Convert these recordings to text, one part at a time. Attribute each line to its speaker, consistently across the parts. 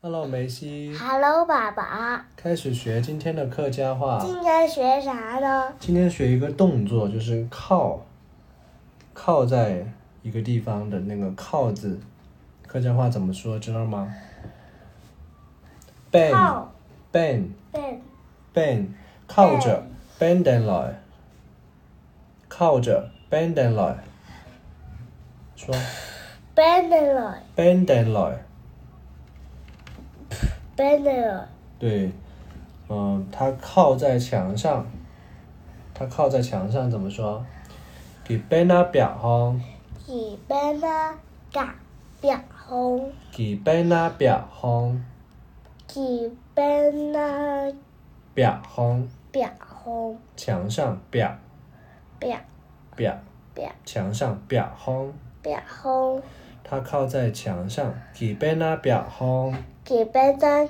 Speaker 1: Hello，梅西，
Speaker 2: Hello，爸爸，
Speaker 1: 开始学今天的客家话。
Speaker 2: 今天学啥呢？
Speaker 1: 今天学一个动作，就是靠，靠在一个地方的那个靠字，客家话怎么说，知道吗？ben
Speaker 2: 靠
Speaker 1: ben
Speaker 2: 背
Speaker 1: ben 靠着 ben 得来，靠着 ben 得来，说
Speaker 2: 背的了，
Speaker 1: ben 得来。
Speaker 2: 背的了，
Speaker 1: 对，嗯，它靠在墙上，它靠在墙上怎么说？给贝那表红，
Speaker 2: 几背的嘎表红，
Speaker 1: 给贝那表红，
Speaker 2: 几背的
Speaker 1: 表红，
Speaker 2: 表红，
Speaker 1: 墙上表
Speaker 2: 表
Speaker 1: 表，
Speaker 2: 表
Speaker 1: 墙上表红，
Speaker 2: 表红，
Speaker 1: 它靠在墙上，给贝那表红
Speaker 2: 几背的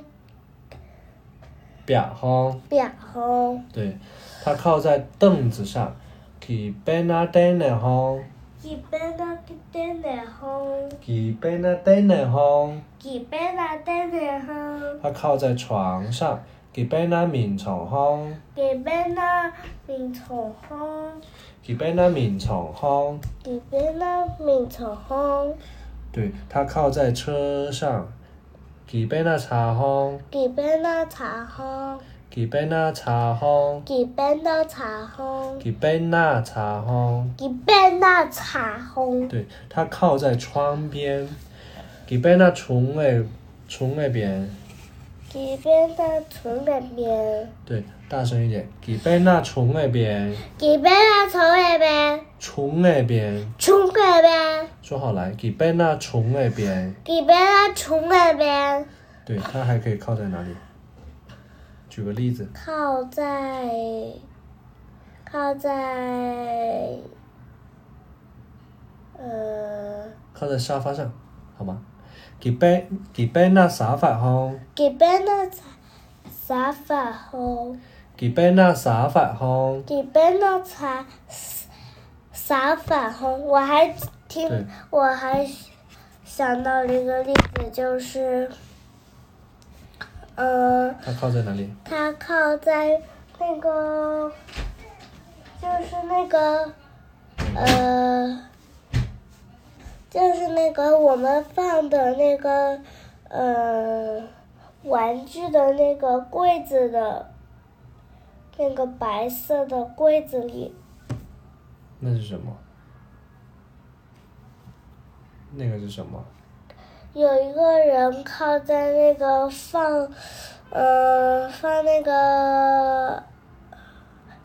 Speaker 1: 表红，
Speaker 2: 表红，
Speaker 1: 对，它靠在凳子上，给贝那凳子红，
Speaker 2: 几背的灯的红，
Speaker 1: 给贝那凳子红，
Speaker 2: 几背的灯的红，
Speaker 1: 它靠在床上，给贝那面床红。
Speaker 2: 几背的面虫红，
Speaker 1: 给贝那面床烘，
Speaker 2: 几背的面虫红，
Speaker 1: 对，它靠在车上。给贝那茶烘，
Speaker 2: 几背的茶红。
Speaker 1: 给贝那茶烘，
Speaker 2: 几边的茶红，
Speaker 1: 给贝那茶烘，
Speaker 2: 几边的茶红，
Speaker 1: 对，它靠在窗边。给贝那床尾，床尾边，
Speaker 2: 几边的床那边，
Speaker 1: 对，大声一点。给贝那床尾边，
Speaker 2: 几边的床那边，
Speaker 1: 床尾边，
Speaker 2: 床那边，
Speaker 1: 说好来。给贝那床尾边，
Speaker 2: 几边的床那边，
Speaker 1: 对，它还可以靠在哪里？举个例子，
Speaker 2: 靠在，靠在，呃，
Speaker 1: 靠在沙发上，好吗？给贝给贝那沙发烘。
Speaker 2: 几边的茶沙发红，
Speaker 1: 给贝那啥法烘，
Speaker 2: 几边的茶沙发红，我还听。
Speaker 1: 对，
Speaker 2: 我还想到了一个例子，就是，呃，
Speaker 1: 它靠在哪里？
Speaker 2: 它靠在那个，就是那个，呃，就是那个我们放的那个，呃，玩具的那个柜子的，那个白色的柜子里，
Speaker 1: 那是什么？那个是什么？
Speaker 2: 有一个人靠在那个放，呃，放那个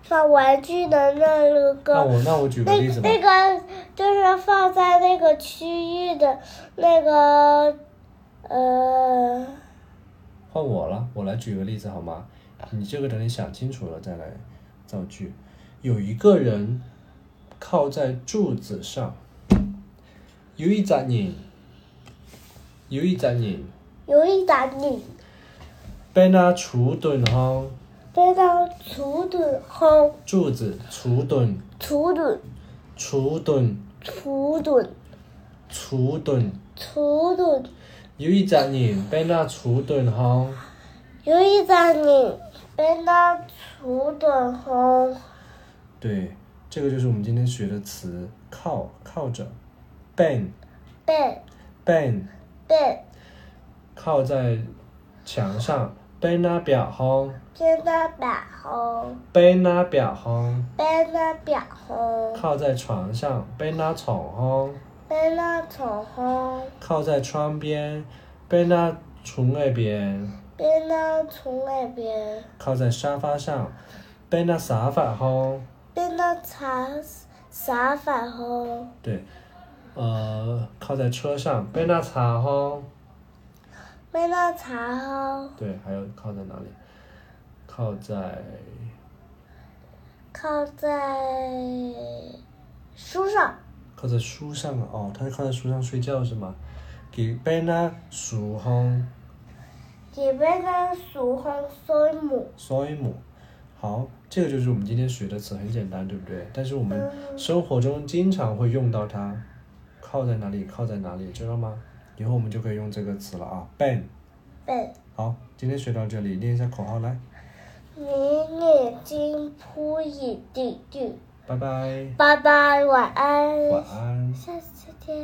Speaker 2: 放玩具的那个
Speaker 1: 那我那我举个
Speaker 2: 那
Speaker 1: 例子吧。
Speaker 2: 那个就是放在那个区域的那个呃
Speaker 1: 换我了，我来举个例子好吗？你这个等你想清楚了再来造句。有一个人靠在柱子上，有一盏人，有一盏人
Speaker 2: 有一盏你
Speaker 1: 被那柱墩烘，
Speaker 2: 飞到厨墩后，
Speaker 1: 柱子柱墩
Speaker 2: 厨墩
Speaker 1: 柱墩
Speaker 2: 厨墩
Speaker 1: 柱墩，
Speaker 2: 厨墩
Speaker 1: 有一盏人被那柱墩烘。
Speaker 2: 有一盏你飞到厨墩后，
Speaker 1: 对，这个就是我们今天学的词，靠靠着，bang
Speaker 2: 背
Speaker 1: bang
Speaker 2: 背。
Speaker 1: 靠在墙上，bang 那表红
Speaker 2: 变得表红，
Speaker 1: ，bang 那表红，
Speaker 2: 变得表红，
Speaker 1: 靠在床上，bang 那床红，
Speaker 2: 变得宠红，
Speaker 1: 靠在窗边，bang 那床那边，
Speaker 2: 变得从那边，
Speaker 1: 靠在沙发上，bang 那沙发红。
Speaker 2: 变得茶啥粉红，
Speaker 1: 对，呃，靠在车上，bang 那茶红。
Speaker 2: 变得茶红，
Speaker 1: 对，还有靠在哪里？靠在
Speaker 2: 靠在书上，
Speaker 1: 靠在书上啊，哦，他是靠在书上睡觉是吗？给贝那哦数红
Speaker 2: 也变得熟红水母，
Speaker 1: 所以母，好，这个就是我们今天学的词，很简单，对不对？但是我们
Speaker 2: 嗯
Speaker 1: 生活中经常会用到它，靠在哪里，靠在哪里，知道吗？以后我们就可以用这个词了啊，ban
Speaker 2: 背，
Speaker 1: 好，今天学到这里，念一下口号来，
Speaker 2: 明月金铺一地地。
Speaker 1: 拜拜，
Speaker 2: 拜拜，晚安，
Speaker 1: 晚安。
Speaker 2: 下次见。